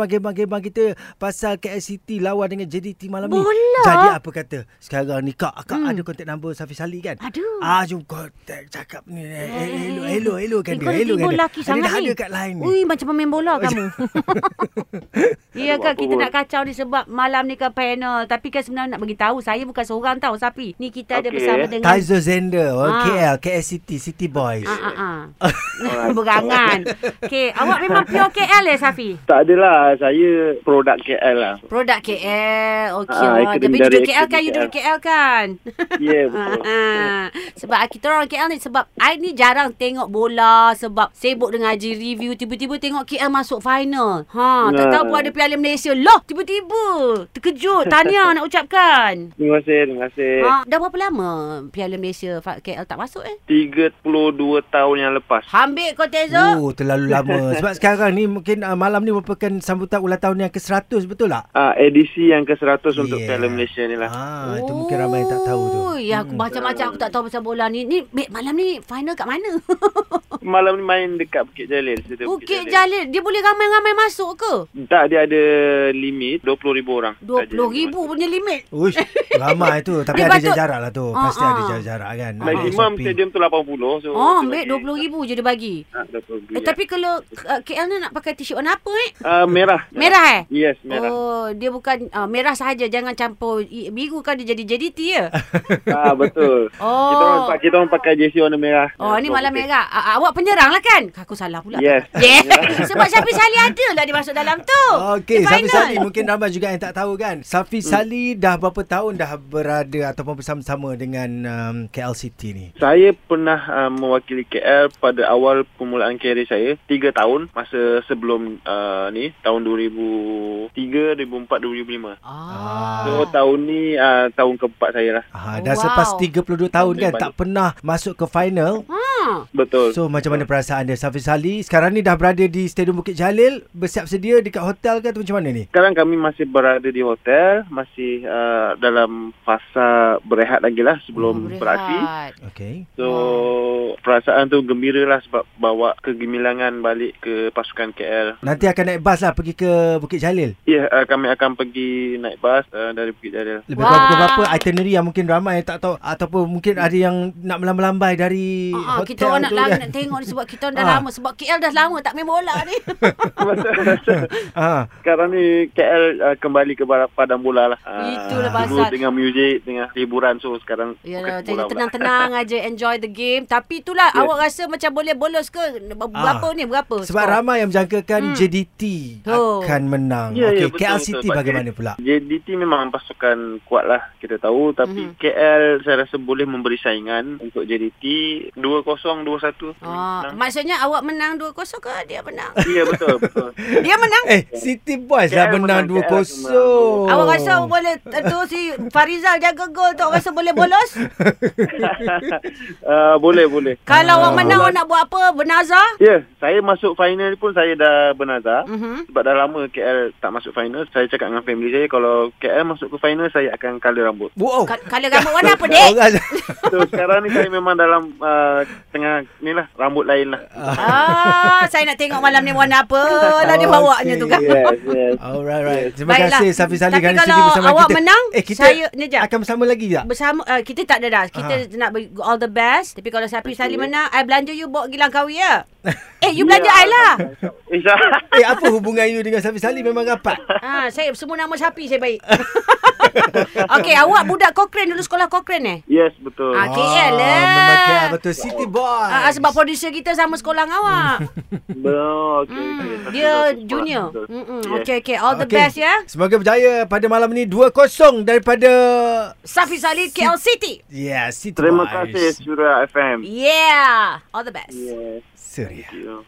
gebang-gebang-gebang kita pasal KLCT lawan dengan JDT malam ni. Bola. Jadi apa kata? Sekarang ni kak, kak hmm. ada kontak nombor Safi Sali kan? Aduh. Ah, jom kontak cakap ni. Eh, eh, Hello, hello, hello kan Eh, dia. kau ni Hello kan timbul dia. laki Dia sangat dah ni. ada kat line ni. Ui, macam pemain bola kamu. ya kak, Tak buat kita apa nak kacau ni sebab malam ni kan panel. Tapi kan sebenarnya nak bagi tahu saya bukan seorang tahu Sapi. Ni kita ada Okey. bersama dengan Taizo Zender, oh, Ah. KL, KLCT, City Boys. Ah, ah, ah. Berangan. Okey, awak memang pure KL eh Safi? Tak adalah. Saya produk KL lah. Produk KL. Okey. Ah, Ah, Tapi ekonomi dari duduk KL kan, ekonomi you duduk KL kan? Ya, yeah, betul. Ah, ah. sebab kita orang KL ni sebab I ni jarang tengok bola sebab sibuk dengan haji review tiba-tiba tengok KL masuk final. Ha, tak Nah. tahu pun ada Piala Malaysia. Loh, tiba-tiba. Terkejut. Tahniah nak ucapkan. Terima kasih, terima kasih. Ha, dah berapa lama Piala Malaysia fa- KL tak masuk eh? 32 tahun yang lepas. Hambik kau Tezo. Oh, terlalu lama. Sebab sekarang ni mungkin uh, malam ni merupakan sambutan ulang tahun yang ke-100 betul tak? Ah, edisi yang ke-100 Ya. untuk Yeah. Piala Malaysia ni lah. Ha. Ah, itu mungkin ramai yang tak tahu tu. Hmm. Oh, Ya, Hmm. aku macam-macam aku tak tahu pasal bola ni. Ni Bek, malam ni final kat mana? Malam ni main dekat Bukit Jalil. Stadium Bukit Jalil. Dia boleh ramai-ramai masuk ke? Tak, dia ada limit 20,000 orang. Tak ada RM20,000 limit. punya limit. Uish, ramai tu. Tapi Dia ada patut- jarak lah tu. Pasti Ah, ada ah. jarak kan. Maksimum Ada stadium tu 80. So Oh, kita ambil bagi- RM20,000 je dia bagi. Ah, 20,000, Eh, ya. tapi kalau uh, KL ni nak pakai t-shirt warna apa eh? Ah, merah. Merah eh? Yes, merah. Oh, dia bukan uh, merah saja. Jangan campur i- biru kan dia jadi JDT ya? Ah, betul. Oh. Kita orang kita orang pakai jersey warna merah. Oh, Ah, ni so malam putih. merah. Uh, awak penyerang lah kan? Aku salah pula. Yes. Yeah. Ya. Sebab Syafi Sali ada lah dia masuk dalam tu. Ah, Okey, Di Safi final. Hmm. Sali mungkin ramai juga yang tak tahu kan. Safi Sali dah berapa tahun dah berada ataupun bersama-sama dengan um, KLCT ni? Saya pernah uh, mewakili KL pada awal permulaan kerjaya saya 3 tahun masa sebelum uh, ni tahun 2003, 2004, 2005. Ah. So tahun ni uh, tahun keempat saya lah. Ha, dah Wow. selepas 32 tahun kan Banyak. tak pernah masuk ke final. Hmm. Betul. So, So macam mana perasaan dia Safi Sali? Sekarang ni dah berada di Stadium Bukit Jalil, bersiap sedia dekat hotel ke atau macam mana ni? sekarang kami masih berada di hotel, masih uh, dalam fasa berehat lagi lah sebelum Hmm. Berehat. Hmm. beraksi. Okey. So perasaan tu gembira lah sebab bawa kegemilangan balik ke pasukan KL. Nanti akan naik bas lah pergi ke Bukit Jalil. Ya, yeah, uh, kami akan pergi naik bas uh, dari Bukit Jalil. Lebih kurang Wah. pukul berapa itinerary yang mungkin ramai yang tak tahu ataupun mungkin ada yang nak melambai-lambai dari Ah, ah, hotel kita orang nak, tu lama, kan. nak tengok ni sebab kita orang dah Ah. lama. Sebab KL dah lama tak main bola ni. Ah. Sekarang ni KL uh, kembali ke bar- padang bola lah. Itulah dulu pasal. Ya, dengan muzik, dengan hiburan. So sekarang Yalah, fokus bola jadi pula. tenang-tenang aja enjoy the game. Tapi itulah Yeah. awak rasa macam boleh bolos ke berapa Ah. ni berapa? Sebab skor? ramai yang menjangkakan Hmm. JDT Oh. akan menang. Ya, ya, Okey, betul, KL betul, City Pak. bagaimana pula? JDT memang pasukan kuat lah kita tahu tapi Mhm. mm-hmm. KL saya rasa boleh memberi saingan untuk JDT 2-0 2-1 Ah, Menang. maksudnya awak menang 2-0 ke dia menang? Ya betul betul Dia menang. Eh, City Boys KL dah menang menang, 2-0. KL menang. Awak rasa Oh. boleh eh, tu si Farizal jaga gol tu awak rasa boleh bolos? uh, Boleh boleh Kalau Ah. awak menang awak nak buat apa? Benazar? Ya saya masuk final pun saya dah bernazar Mhm. Sebab dah lama KL tak masuk final Saya cakap dengan family saya Kalau KL masuk ke final Saya akan colour rambut Wow. Ka- Kalau rambut warna apa dek? Orang- So sekarang ni saya memang dalam uh, Tengah ni lah Rambut lain lah Ah, saya nak tengok malam ni warna apa lah dia bawanya tu kan. Okey. Yes yes Alright, right. Terima Baiklah. kasih Safi Salih Tapi kerana kalau sudi bersama awak kita. menang, eh, kita saya- ni jap. akan bersama lagi tak? Bersama uh, kita tak ada dah. Kita Ah. nak bagi all the best. Tapi kalau Sapi Salim menang, I belanja you bawa Gilang Kawi ya. Eh, you Ya. belanja I lah. Insya Eh, apa hubungan you dengan Safi Salih memang rapat? Ah, saya semua nama sapi saya baik. Okey, awak budak Cochrane dulu sekolah Cochrane eh? Yes betul Ah, KL lah. Memang KL, betul. City Boys. Ah, ah, sebab producer kita sama sekolah dengan awak. Oh, okay, okay. Hmm, Satu dia satu sekolah. junior. Betul. Hmm. Yes. Okey okey, all the Okey. best ya. Semoga berjaya pada malam ni 2-0 daripada ya, Safi Salim KL City. Yeah, City Terima Boys. kasih Surah FM. Yeah, all the best. Yes, Suria. you.